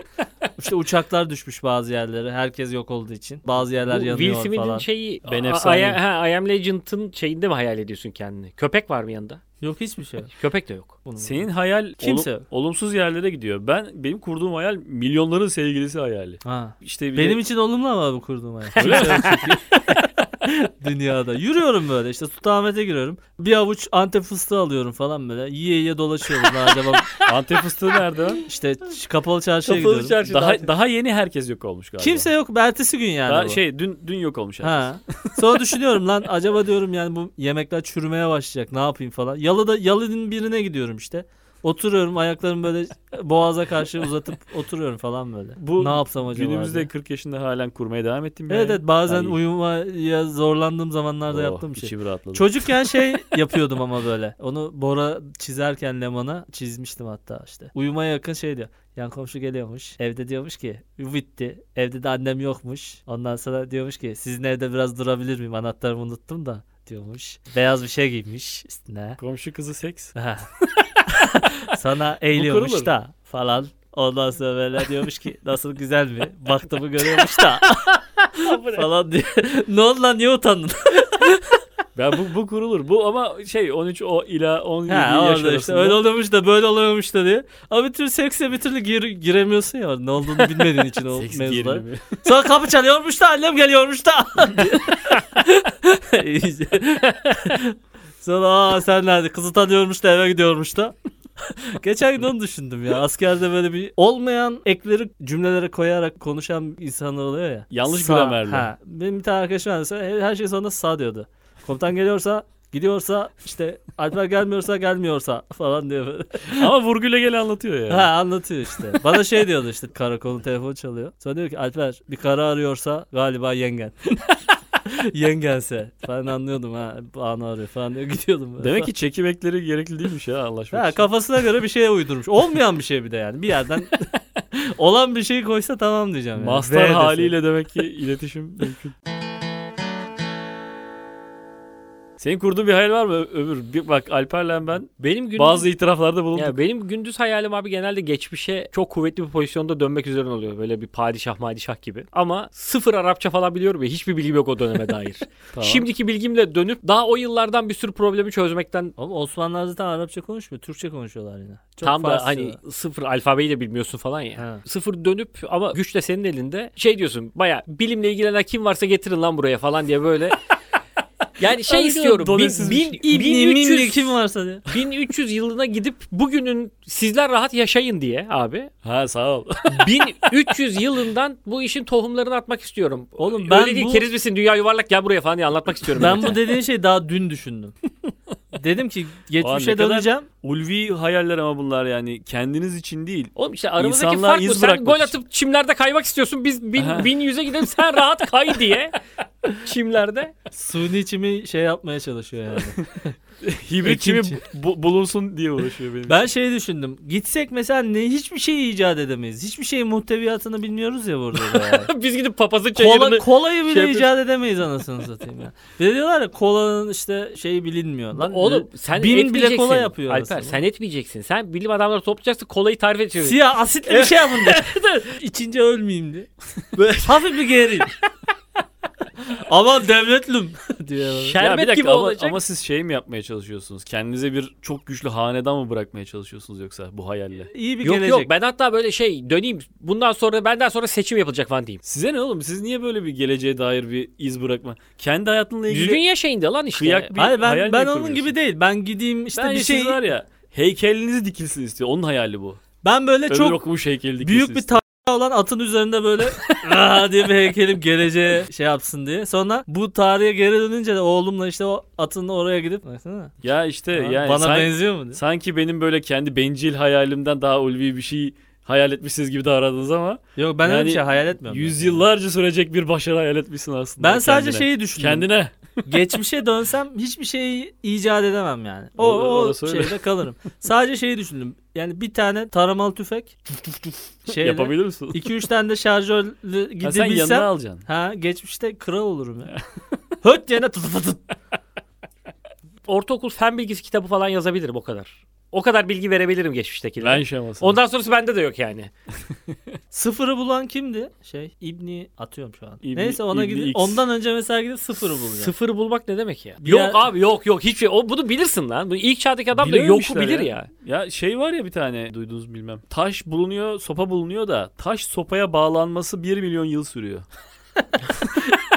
C: işte uçaklar düşmüş bazı yerlere. Herkes yok olduğu için. Bazı yerler
A: Bu
C: yanıyor
A: Will Smith'in şey-
C: falan.
A: şeyi
B: Ben
A: A-
B: efsaneyim.
A: I, ha, I Am Legend'ın şeyinde mi hayal ediyorsun kendini? Köpek var mı yanında?
C: Yok hiçbir şey. yok.
A: Köpek de yok.
C: Bunun-
B: Senin hayal
C: Kimse
B: olum-
C: yok.
B: olumsuz yerlere gidiyor. Ben benim kurduğum hayal milyonların sevgilisi hayali.
C: Ha.
B: İşte bir de-
C: Benim için olumlu ama bu kurduğum hayat. [LAUGHS]
B: Öyle mi? [LAUGHS]
C: Dünyada. Yürüyorum böyle işte Sultanahmet'e giriyorum. Bir avuç antep fıstığı alıyorum falan böyle. Yiye yiye dolaşıyorum. Lan acaba
B: Antep fıstığı nerede? lan?
C: işte ç- kapalı çarşıya gidiyorum.
B: daha daha yeni herkes yok olmuş galiba.
C: Kimse yok. Ertesi gün yani
B: daha
C: bu.
B: şey dün dün yok olmuş herkes.
C: Ha. Sonra düşünüyorum lan acaba diyorum yani bu yemekler çürümeye başlayacak ne yapayım falan. Yalıda Yalı'nın birine gidiyorum işte. Oturuyorum ayaklarımı böyle boğaza karşı uzatıp oturuyorum falan böyle.
B: Bu
C: ne yapsam acaba?
B: Günümüzde
C: diye.
B: 40 yaşında halen kurmaya devam ettim
C: Evet evet bazen
B: Ay.
C: uyumaya zorlandığım
B: Oh,
C: zamanlarda yaptığım bir şey.
B: İçim rahatladı.
C: Çocukken şey yapıyordum ama böyle. Onu Bora çizerken Leman'a çizmiştim hatta işte. Uyumaya yakın şey diyor. Yan komşu geliyormuş. Evde diyormuş ki bitti. Evde de annem yokmuş. Ondan sonra diyormuş ki sizin evde biraz durabilir miyim? Anahtarımı unuttum da diyormuş. Beyaz bir şey giymiş üstüne.
B: Komşu kızı seks.
C: [LAUGHS] Ha. Sana
B: Bu
C: eğiliyormuş
B: kurulur.
C: da falan. Ondan sonra böyle diyormuş ki nasıl güzel mi?
B: [LAUGHS]
C: [LAUGHS] Baktığımı görüyormuş da falan diye. ne oldu lan niye utandın?
B: Ben bu, bu kurulur. Bu ama şey 13 o ila 17
C: Ha
B: yaş
C: orada işte
B: arasında.
C: öyle oluyormuş da böyle oluyormuş da diye. Abi bir türlü sekse bir türlü gir- giremiyorsun ya ne olduğunu bilmediğin için o
B: Seks
C: mevzular.
B: diyelim mi?
C: Sonra kapı çalıyormuş da annem geliyormuş da. [LAUGHS] Sonra aa sen nerede? Kızı tanıyormuş da eve gidiyormuş da. [LAUGHS] Geçen gün onu düşündüm ya. Askerde böyle bir olmayan ekleri cümlelere koyarak konuşan insanlar oluyor ya.
B: Yanlış
C: Sağ,
B: gramerle.
C: ha. Benim bir tane arkadaşım vardı. Sonra Her her şey sonunda sağ diyordu. Komutan geliyorsa gidiyorsa işte Alper gelmiyorsa gelmiyorsa falan diyor böyle.
B: Ama vurguyla gel anlatıyor ya.
C: Ha anlatıyor işte. Bana şey diyordu işte karakolun telefonu çalıyor. Sonra diyor ki Alper bir kara arıyorsa galiba yengen. [LAUGHS] Yengense. Ben anlıyordum ha bu anı arıyor falan diyor gidiyordum. Böyle.
B: Demek ki çekim ekleri gerekli değilmiş ya anlaşmak
C: Ha,
B: için.
C: kafasına göre bir şeye uydurmuş. Olmayan bir şey bir de yani. Bir yerden [LAUGHS] olan bir şeyi koysa tamam diyeceğim. Yani. V
B: Mastar
C: dese.
B: haliyle demek ki iletişim mümkün. Senin kurduğun bir hayal var mı Ö- öbür? Bir, bak Alper'le ben
A: Benim gündüz,
B: bazı itiraflarda bulunduk.
A: ya benim gündüz hayalim abi genelde geçmişe çok kuvvetli bir pozisyonda dönmek üzerine oluyor. Böyle bir padişah madişah gibi. Ama sıfır Arapça falan biliyorum ya. Hiçbir bilgim yok o döneme dair.
B: [LAUGHS] Tamam.
A: Şimdiki bilgimle dönüp daha o yıllardan bir sürü problemi çözmekten
C: Oğlum Osmanlılar zaten Arapça konuşmuyor. Türkçe konuşuyorlar yine. Çok
A: tam da
C: Farsça.
A: hani sıfır alfabeyi de bilmiyorsun falan ya.
C: Ha.
A: Sıfır dönüp ama güç de senin elinde. Şey diyorsun baya bilimle ilgilenen kim varsa getirin lan buraya falan diye
C: [LAUGHS]
A: böyle. Yani şey
B: Harbiden
A: istiyorum. Bin,
B: donesizmiş.
C: şey.
A: bin,
C: İbni
A: 1300
C: Milli kim varsa diye.
A: 1300 yılına gidip bugünün sizler rahat yaşayın diye abi.
B: Ha sağ ol. [LAUGHS]
C: [LAUGHS]
A: 1300 yılından bu işin tohumlarını atmak istiyorum.
C: Oğlum
A: Ben
C: ben
A: Öyle değil
C: bu-
A: keriz misin dünya yuvarlak gel buraya falan diye anlatmak istiyorum.
C: Ben bu dediğin şeyi daha dün düşündüm. Dedim ki
B: ne
C: geçmişe
B: kadar-
C: döneceğim.
B: Ulvi hayaller ama bunlar yani kendiniz için değil.
A: Oğlum işte aramızdaki
B: İnsanlar
A: fark bu.
B: iz
A: Sen
B: bırakmak
A: gol
B: için.
A: atıp çimlerde kaymak istiyorsun. Biz bin,
B: Aha.
A: 1100'e gidelim sen rahat
C: [LAUGHS]
A: kay diye çimlerde. [LAUGHS]
C: Suni içimi şey yapmaya çalışıyor yani.
B: Hibrit kimi
C: İkinci.
B: bu- bulunsun diye uğraşıyor
C: [LAUGHS] [LAUGHS]
B: benim.
C: ben şey düşündüm. Gitsek mesela ne hiçbir şey icat edemeyiz. Hiçbir şeyin muhteviyatını bilmiyoruz ya burada. da [LAUGHS] yani.
A: Biz gidip papazın
C: Kola,
A: çayırını
C: kolayı bile
A: yapıyoruz.
C: icat edemeyiz anasını satayım ya. Bir de diyorlar ya kolanın işte şeyi bilinmiyor. Lan e,
A: Oğlum sen
C: Bin bile
A: etmeyeceksin.
C: kola yapıyor
A: Alper
C: aslında.
A: sen etmeyeceksin. Sen bilim adamları toplayacaksın kolayı tarif edeceksin.
C: Siyah asitli bir şey yapın [LAUGHS] diye. İçince ölmeyeyim [LAUGHS] diye. Hafif bir geriyim. [LAUGHS] Aman devletlüm [LAUGHS] diyor. bana.
A: Şerbet
B: ya bir dakika
A: gibi
B: ama,
A: olacak.
B: ama siz şey mi yapmaya çalışıyorsunuz? Kendinize bir çok güçlü hanedan mı bırakmaya çalışıyorsunuz yoksa bu hayalle?
C: İyi bir
A: Yok
C: gelecek.
A: yok ben hatta böyle şey döneyim. Bundan sonra benden sonra seçim yapılacak falan diyeyim.
B: Size ne oğlum? Siz niye böyle bir geleceğe dair bir iz bırakma? Kendi hayatınla ilgili
A: Düzgün yaşayın de lan işte.
B: Kıyak bir-
C: Hayır ben,
B: hayal
C: ben
B: niye
C: onun
B: kurmuyorsun?
C: gibi değil. Ben gideyim işte
B: Bence
C: bir şey.
B: siz var ya heykelinizi dikilsin istiyor. Onun hayali bu.
C: Ben böyle
B: Ömür
C: E, çok
B: okumuş heykeli dikilsin
C: büyük bir
B: istiyor.
C: taş olan atın üzerinde
B: [LAUGHS]
C: böyle aa diye bir heykelim geleceğe şey yapsın diye. Sonra bu tarihe geri dönünce de oğlumla işte o atın oraya gidip baksana.
B: Ya işte Şey, yani
C: bana
B: sanki,
C: benziyor mu? diye.
B: sanki benim böyle kendi bencil hayalimden daha ulvi bir şey hayal etmişsiniz gibi davranınız ama
C: Yok ben öyle
B: Yani
C: bir şey hayal etmiyorum.
B: yüzyıllarca sürecek bir başarı hayal etmişsin aslında.
C: Ben sadece
B: kendine.
C: şeyi düşündüm.
B: Kendine.
C: [LAUGHS] Geçmişe dönsem hiçbir şeyi icat edemem yani. O,
B: Olur,
C: o
B: orası öyle.
C: şeyde kalırım. Sadece şeyi düşündüm. Yani bir tane taramalı tüfek. Şeyle,
B: [LAUGHS] Yapabilir misin?
C: 2-3 tane de şarjörlü
B: Ha, sen yanına
C: gidebilsem.
B: alacaksın.
C: Ha geçmişte kral olurum ya. Höt diyene tut tut tut.
A: Ortaokul fen bilgisi kitabı falan yazabilirim o kadar. O kadar bilgi verebilirim geçmiştekilere.
B: Ben şeması.
A: Ondan sonrası bende de yok yani.
C: Sıfırı bulan kimdi? Şey İbni atıyorum şu an.
B: İbni-
C: Neyse ona
B: İbni
C: gidip
B: X.
C: ondan önce mesela gidip sıfırı bulacağım.
A: Sıfır bulmak ne demek ya?
C: Ya-
A: Yok abi yok yok hiçbir şey. O, bunu bilirsin lan. Bu ilk çağdaki adam da yoku
B: Biliyormuşlar
A: bilir
B: ya.
A: ya.
B: Ya şey var ya bir tane duydunuz mu bilmem. Taş bulunuyor, sopa bulunuyor da taş sopaya bağlanması 1 milyon yıl sürüyor.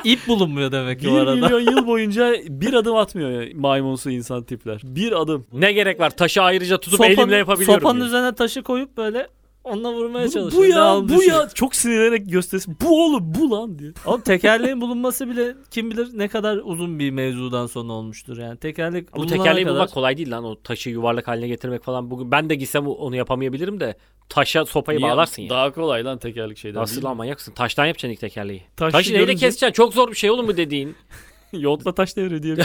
C: İp bulunmuyor demek
B: 1
C: ki o
B: [LAUGHS]
C: arada.
B: milyon yıl boyunca bir adım atmıyor ya maymunsu insan tipler. Bir adım.
A: Ne gerek var taşı ayrıca tutup
C: Sopanın-
A: elimle yapabiliyorum.
C: Sopanın
A: diyor.
C: üzerine taşı koyup böyle onunla vurmaya
B: Bu,
C: çalışıyor. Ne
B: ya,
C: aldığını
B: bu
C: düşünüyor.
B: ya çok sinirlenerek göstersin. Bu oğlum bu lan diye.
C: [LAUGHS] Oğlum tekerleğin bulunması bile kim bilir ne kadar uzun bir mevzudan sonra olmuştur yani. Tekerlek
A: Bu
C: bulunana
A: tekerleği
C: kadar...
A: bulmak kolay değil lan o taşı yuvarlak haline getirmek falan. Bugün ben de gitsem o- onu yapamayabilirim de taşa sopayı
B: Niye?
A: bağlarsın ya.
B: Daha kolay lan tekerlek şeyden.
A: Nasıl
B: değil
A: lan
B: [LAUGHS] mi?
A: manyaksın? Taştan yapacaksın ilk tekerleği.
B: Taşı
A: Taşı neyle
B: görünce-
A: keseceksin? Çok zor bir şey oğlum bu dediğin.
B: Yontla taş devri diye. şey.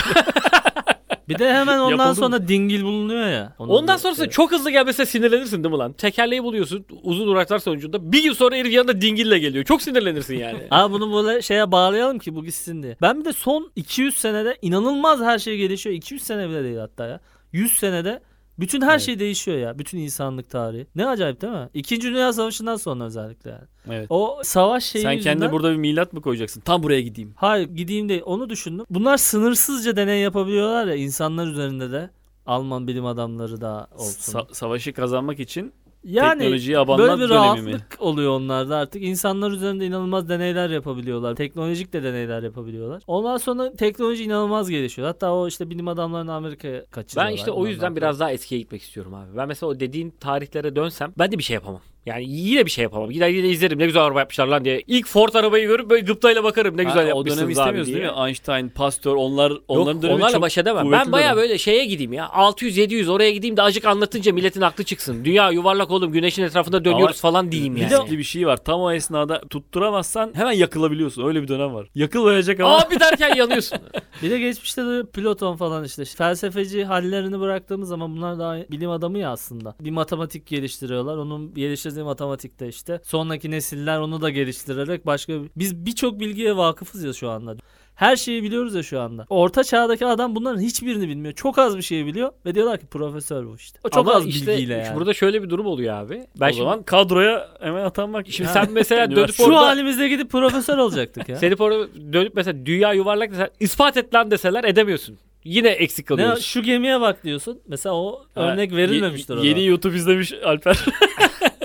C: Bir de hemen ondan
B: Yapıldı
C: sonra dingil bulunuyor ya.
A: Ondan sonrası çok hızlı gelmese sinirlenirsin değil mi lan? Tekerleği buluyorsun uzun uğraşlar sonucunda. Bir yıl sonra herif yanında dingille geliyor. Çok sinirlenirsin
C: [LAUGHS]
B: [LAUGHS]
A: yani.
C: Aa bunu böyle şeye bağlayalım ki bu gitsin diye. Ben bir de son 200 senede inanılmaz her şey gelişiyor. 200 sene bile değil hatta ya. 100 senede Bütün her
B: Evet.
C: şey değişiyor ya. Bütün insanlık tarihi. Ne acayip değil mi? İkinci Dünya Savaşı'ndan sonra özellikle yani.
B: [LAUGHS] Evet.
C: O savaş şeyi
B: Sen
C: yüzünden...
B: kendine burada bir milat mı koyacaksın? Tam buraya gideyim.
C: Hayır gideyim de onu düşündüm. Bunlar sınırsızca deney yapabiliyorlar ya insanlar üzerinde de. Alman bilim adamları da olsun.
B: Sa- savaşı kazanmak için
C: yani
B: teknolojiyi abanmak
C: böyle bir
B: dönemi mi?
C: rahatlık oluyor onlarda artık. İnsanlar üzerinde inanılmaz deneyler yapabiliyorlar. Teknolojik de deneyler yapabiliyorlar. Ondan sonra teknoloji inanılmaz gelişiyor. Hatta o işte bilim adamlarını Amerika'ya
A: Ben
C: kaçırıyorlar.
A: işte o
C: Ondan
A: yüzden
C: sonra.
A: biraz daha eskiye gitmek istiyorum abi. Ben mesela o dediğin tarihlere dönsem ben de bir şey yapamam. Yani yine bir şey yapamam. Gider yine izlerim ne güzel araba yapmışlar lan diye. İlk Ford arabayı görüp böyle gıptayla bakarım ne
B: Ha,
A: güzel
B: o
A: yapmışsınız
B: dönemi
A: abi
B: istemiyoruz
A: diye.
B: değil mi? Einstein, Pasteur onlar onların
A: Yok,
B: dönemi
A: onlarla
B: çok
A: baş edemem. Ben
B: kuvvetli
A: baya
B: dönem.
A: böyle şeye gideyim ya. 600-700 oraya gideyim de acık anlatınca milletin aklı çıksın. Dünya yuvarlak oğlum güneşin etrafında dönüyoruz falan diyeyim
B: Bir
A: yani.
B: de bir şey var. Tam o esnada tutturamazsan hemen yakılabiliyorsun. Öyle bir dönem var. Yakılmayacak ama.
A: Abi derken
B: [LAUGHS]
A: yanıyorsun.
C: Bir de geçmişte de Platon falan işte felsefeci hallerini bıraktığımız zaman bunlar daha bilim adamı ya aslında. Bir matematik geliştiriyorlar. Onun geliştirdiği matematikte işte sonraki nesiller onu da geliştirerek başka biz birçok bilgiye vakıfız ya şu anda. Her şeyi biliyoruz ya şu anda. Orta çağdaki adam bunların hiçbirini bilmiyor. Çok az bir şey biliyor ve diyorlar ki profesör bu işte. O çok
A: Ama
C: az
A: işte
C: bilgiyle yani.
A: Burada şöyle bir durum oluyor abi. Ben
B: o
A: şimdi,
B: zaman kadroya hemen atanmak.
A: şimdi
B: Ha.
A: sen mesela dönüp
B: [LAUGHS] Üniversite-
C: şu
A: orada
C: halimizde gidip profesör
A: [LAUGHS]
C: olacaktık ya.
A: Seni orada dönüp mesela dünya yuvarlak desen ispat et lan deseler edemiyorsun. Yine eksik
C: Ne,
A: kalıyorsun.
C: şu gemiye bak diyorsun. Mesela o
B: Ha,
C: örnek
B: ye-
C: verilmemiştir ona.
B: Yeni YouTube izlemiş Alper. [LAUGHS]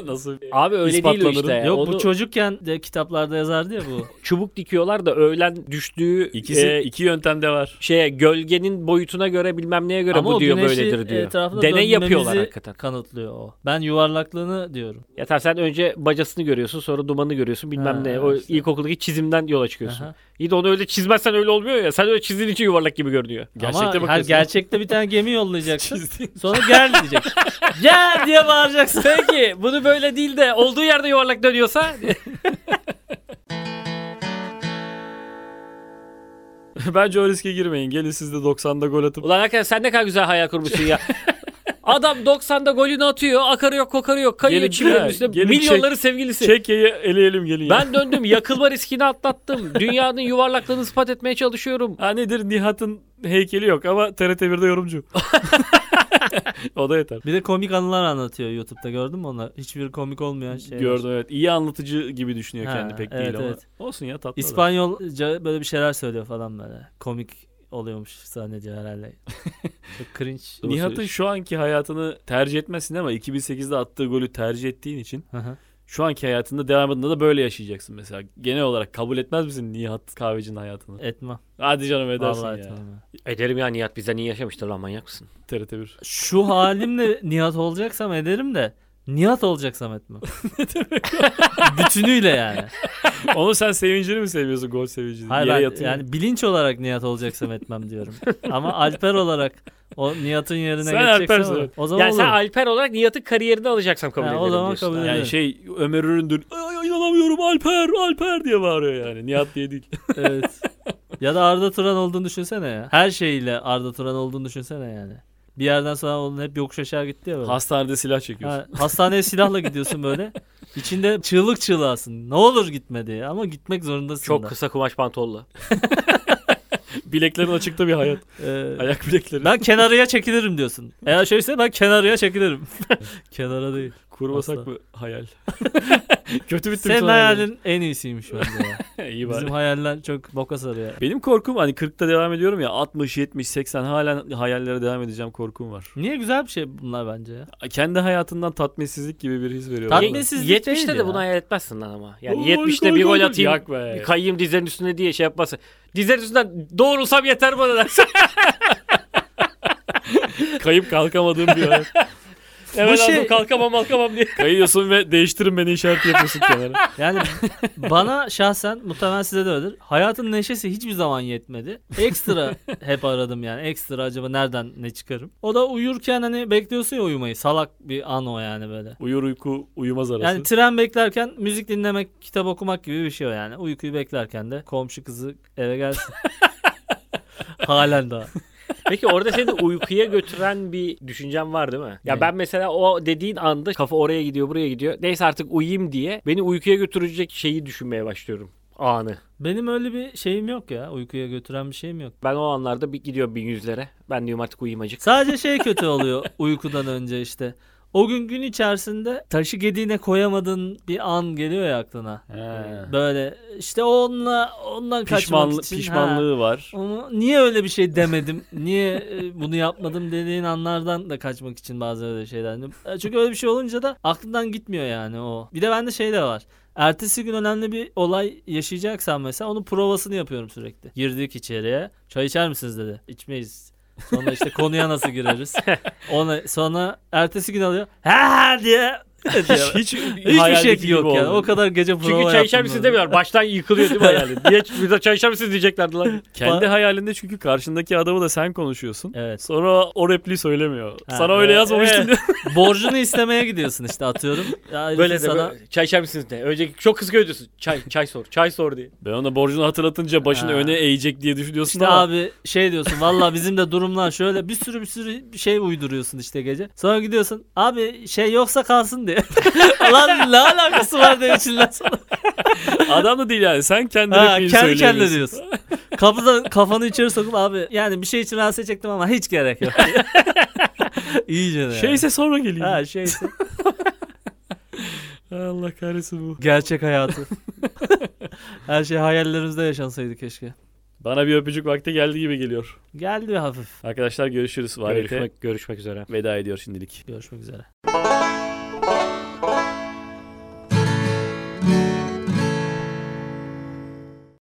B: Nasıl? bir-
A: Abi öyle değil o
B: İspatlanırım.
A: işte.
C: Yok
A: Onu
C: bu çocukken de kitaplarda yazardı ya bu.
A: çubuk dikiyorlar da öğlen düştüğü
B: İkisi
A: e,
B: Ee, iki yöntemde var. [LAUGHS]
A: şeye gölgenin boyutuna göre bilmem neye [LAUGHS] göre
C: Ama
A: bu
C: o
A: diyor
C: güneşi e,
A: böyledir diyor.
C: etrafında
A: Deney yapıyorlar
C: dönmemizi
A: hakikaten.
C: kanıtlıyor o. Ben yuvarlaklığını diyorum.
A: Ya tabii sen önce bacasını görüyorsun sonra dumanı görüyorsun bilmem
C: Ha,
A: ne. O
C: işte.
A: ilkokuldaki çizimden yola çıkıyorsun.
C: Aha.
A: İyi de onu öyle çizmezsen öyle olmuyor ya. Sen öyle çizdiğin için yuvarlak gibi görünüyor.
B: Gerçekte
C: Ama her
B: bakıyorsun.
C: gerçekte bir tane
B: [LAUGHS]
C: gemi yollayacaksın. [LAUGHS]
B: Çizdiğin-
C: Sonra gel diyecek.
B: [LAUGHS]
C: gel diye bağıracaksın.
A: Peki bunu [LAUGHS] böyle değil de olduğu yerde yuvarlak dönüyorsa
B: Bence o riske girmeyin. Gelin siz de 90'da gol atıp.
A: Ulan hakikaten sen ne kadar güzel hayal kurmuşsun [LAUGHS] ya. Adam 90'da golünü atıyor. Akarı yok, kokarı yok. Kayıyor
B: Gelin-
A: çivilerin
B: Ha,
A: üstüne.
B: gelin
A: Milyonları sevgilisi.
B: Çekye'yi eleyelim gelin. ya.
A: Ben döndüm. Yakılma riskini [LAUGHS] atlattım. Dünyanın yuvarlaklığını ispat etmeye çalışıyorum.
B: Ha nedir Nihat'ın heykeli yok ama TRT1'de [LAUGHS] yorumcu. o da yeter.
C: Bir de komik anılar anlatıyor YouTube'da gördün mü onlar? Hiçbir komik olmayan şey.
B: Gördüm evet. İyi anlatıcı gibi düşünüyor
C: Ha,
B: kendi pek
C: evet,
B: değil
C: evet.
B: ama. Olsun ya tatlı. adam.
C: İspanyolca böyle bir şeyler söylüyor falan böyle. Komik oluyormuş zannediyor herhalde. Çok cringe.
B: Nihat'ın şu anki hayatını tercih etmezsin ama 2008'de attığı golü tercih ettiğin için
C: Hı hı.
B: şu anki hayatında devamında da böyle yaşayacaksın mesela. Genel olarak kabul etmez misin Nihat Kahveci'nin hayatını?
C: etmem.
B: Hadi canım edersin
C: Vallahi
B: ya.
C: etmem. ya.
A: Ederim ya Nihat bizden iyi yaşamıştır lan manyak mısın?
B: TRT1.
C: Şu halimle Nihat olacaksam ederim de Nihat olacaksam etmem. Bütünüyle yani.
B: Onu sen sevincini mi seviyorsun gol sevincini?
C: Hayır
B: Yere
C: ben
B: yatıyor.
C: yani bilinç olarak Nihat olacaksam etmem diyorum. Ama Alper olarak o Nihat'ın yerine
B: Sen
C: geçeceksem
B: Alper'sin,
C: o-
B: evet.
C: o zaman
A: Yani
C: olur.
A: sen Alper olarak Nihat'ın kariyerini alacaksam kabul
C: Ha, o
A: ederim
C: zaman
A: diyorsun.
C: kabul
A: Ha.
C: ederim.
B: Yani şey Ömer Üründür. Ay, ay, inanamıyorum Alper Alper diye bağırıyor yani. Nihat
C: [LAUGHS]
B: diye değil.
C: evet. Ya da Arda Turan olduğunu düşünsene ya. Her şeyle Arda Turan olduğunu düşünsene yani. Bir yerden sonra onun hep yokuş aşağı gitti ya böyle.
B: Hastanede silah çekiyorsun.
C: Ha, hastaneye silahla gidiyorsun böyle. İçinde çığlık çığlıksın. Ne olur gitme diye ama gitmek zorundasın
A: Çok
C: da.
A: kısa kumaş pantollu.
B: Bileklerin açıkta
C: [LAUGHS]
B: bir hayat.
C: Ee,
B: Ayak bilekleri.
C: Ben kenarıya çekilirim diyorsun. Eğer şeyse ben kenarıya çekilirim. Kenara değil.
B: Kurmasak
C: Asla.
B: mı
C: [LAUGHS]
B: hayal? Kötü bitti
C: Senin
B: bütün hayaller.
C: hayalin en iyisiymiş bence ya.
B: [LAUGHS] İyi bari.
C: Bizim hayaller çok boka sarıyor.
B: Benim korkum hani 40'ta devam ediyorum ya 60, 70, 80 halen hayallere devam edeceğim korkum var.
C: Niye güzel bir şey bunlar bence ya.
B: Kendi hayatından tatminsizlik gibi bir his
C: Tatmin-
B: veriyor. bana.
C: Tatminsizlik
A: 70'te
C: değil
A: de
C: ya.
A: bunu hayal etmezsin lan ama.
B: Oo,
A: Yani 70'te
B: gol,
A: bir
B: gol,
A: gol
B: gol.
A: atayım.
B: Yak be.
A: Bir kayayım dizlerin üstüne diye şey yapmasın. Dizlerin üstünden doğrulsam yeter bana dersin.
B: Kayıp kalkamadığım bir
C: [LAUGHS]
B: hayat.
A: Eve lazım
C: şey-
A: kalkamam kalkamam diye.
B: Kayıyorsun ve değiştirin beni işareti yapıyorsun kenara.
C: Yani bana şahsen muhtemelen size de öyledir. Hayatın neşesi hiçbir zaman yetmedi. Ekstra hep aradım yani. Ekstra acaba nereden ne çıkarım? O da uyurken hani bekliyorsun ya uyumayı. Salak bir an o yani böyle.
B: Uyur uyku uyumaz arası.
C: Yani tren beklerken müzik dinlemek, kitap okumak gibi bir şey o yani. Uykuyu beklerken de komşu kızı eve [LAUGHS] gelsin. Halen daha.
A: Peki orada seni uykuya götüren bir düşüncem var değil mi? Ya
C: Ne?
A: ben mesela o dediğin anda kafa oraya gidiyor buraya gidiyor. Neyse artık uyuyayım diye beni uykuya götürecek şeyi düşünmeye başlıyorum. anı.
C: Benim öyle bir şeyim yok ya. Uykuya götüren bir şeyim yok.
A: Ben o anlarda bir gidiyor bin yüzlere. Ben diyorum artık uyuyayım acık.
C: Sadece şey kötü oluyor uykudan önce işte. O gün gün içerisinde taşı gediğine koyamadığın bir an geliyor ya aklına. Böyle işte onunla ondan
B: Pişmanlı,
C: kaçmak için. ha.
B: pişmanlığı var.
C: Onu niye öyle bir şey demedim? Niye e, bunu yapmadım dediğin anlardan da kaçmak için bazen öyle şeyler. E, Çünkü öyle bir şey olunca da aklından gitmiyor yani o. Bir de bende şey de var. Ertesi gün önemli bir olay yaşayacaksam mesela onun provasını yapıyorum sürekli. Girdik içeriye. Çay içer misiniz dedi. İçmeyiz. Sonra işte konuya
A: [LAUGHS]
C: nasıl gireriz? Ona sonra ertesi gün alıyor. [LAUGHS] Ha diye. diyor.
B: [LAUGHS] Hiç,
C: Hiçbir
B: hayalindeki
C: şey
B: gibi
C: yok yani.
B: olmuyor.
C: O kadar gece prova
A: Çünkü çay içer
C: yaptım
A: misiniz
C: böyle.
A: demiyorlar. Baştan yıkılıyor [LAUGHS] değil mi hayali? Niye bize çay içer misiniz diyeceklerdi [LAUGHS] lan.
B: Kendi hayalinde çünkü karşındaki adamı da sen konuşuyorsun.
C: Evet.
B: Sonra o repliği söylemiyor.
C: Ha,
B: Sana öyle
C: evet.
B: yazmamıştım
C: Evet.
B: diyor. [LAUGHS]
C: Borcunu istemeye gidiyorsun işte atıyorum. Ya herifin
A: Böyle de
C: sana...
A: böyle, çay içer misiniz de. Önce çok kızgın ödüyorsun. Çay, çay sor, çay sor diye.
B: Ben ona borcunu hatırlatınca başını
C: Ha.
B: öne eğecek diye düşünüyorsun
C: İşte
B: ama
C: abi şey diyorsun valla bizim de durumlar şöyle bir sürü bir sürü şey uyduruyorsun işte gece. Sonra gidiyorsun abi şey yoksa kalsın diye. [LAUGHS] Lan ne alakası var diye içinden sonra.
B: [LAUGHS] adam da değil yani. Sen kendi
C: Ha,
B: repliğini
C: kendi kendine
B: söyleyemiyorsun.
C: diyorsun. Kapıda, kafanı içeri sokup abi yani bir şey için rahatsız edecektim ama hiç gerek yok. [LAUGHS] İyice de. yani.
B: Şeyse sonra geleyim.
C: Ha şeyse.
B: Allah kahretsin bu.
C: Gerçek hayatı. [LAUGHS] Her şey hayallerimizde yaşansaydı keşke.
B: Bana bir öpücük vakti geldi gibi geliyor.
C: Geldi hafif.
B: Arkadaşlar görüşürüz. Variyete
A: görüşmek üzere.
B: veda ediyor şimdilik.
C: Görüşmek üzere.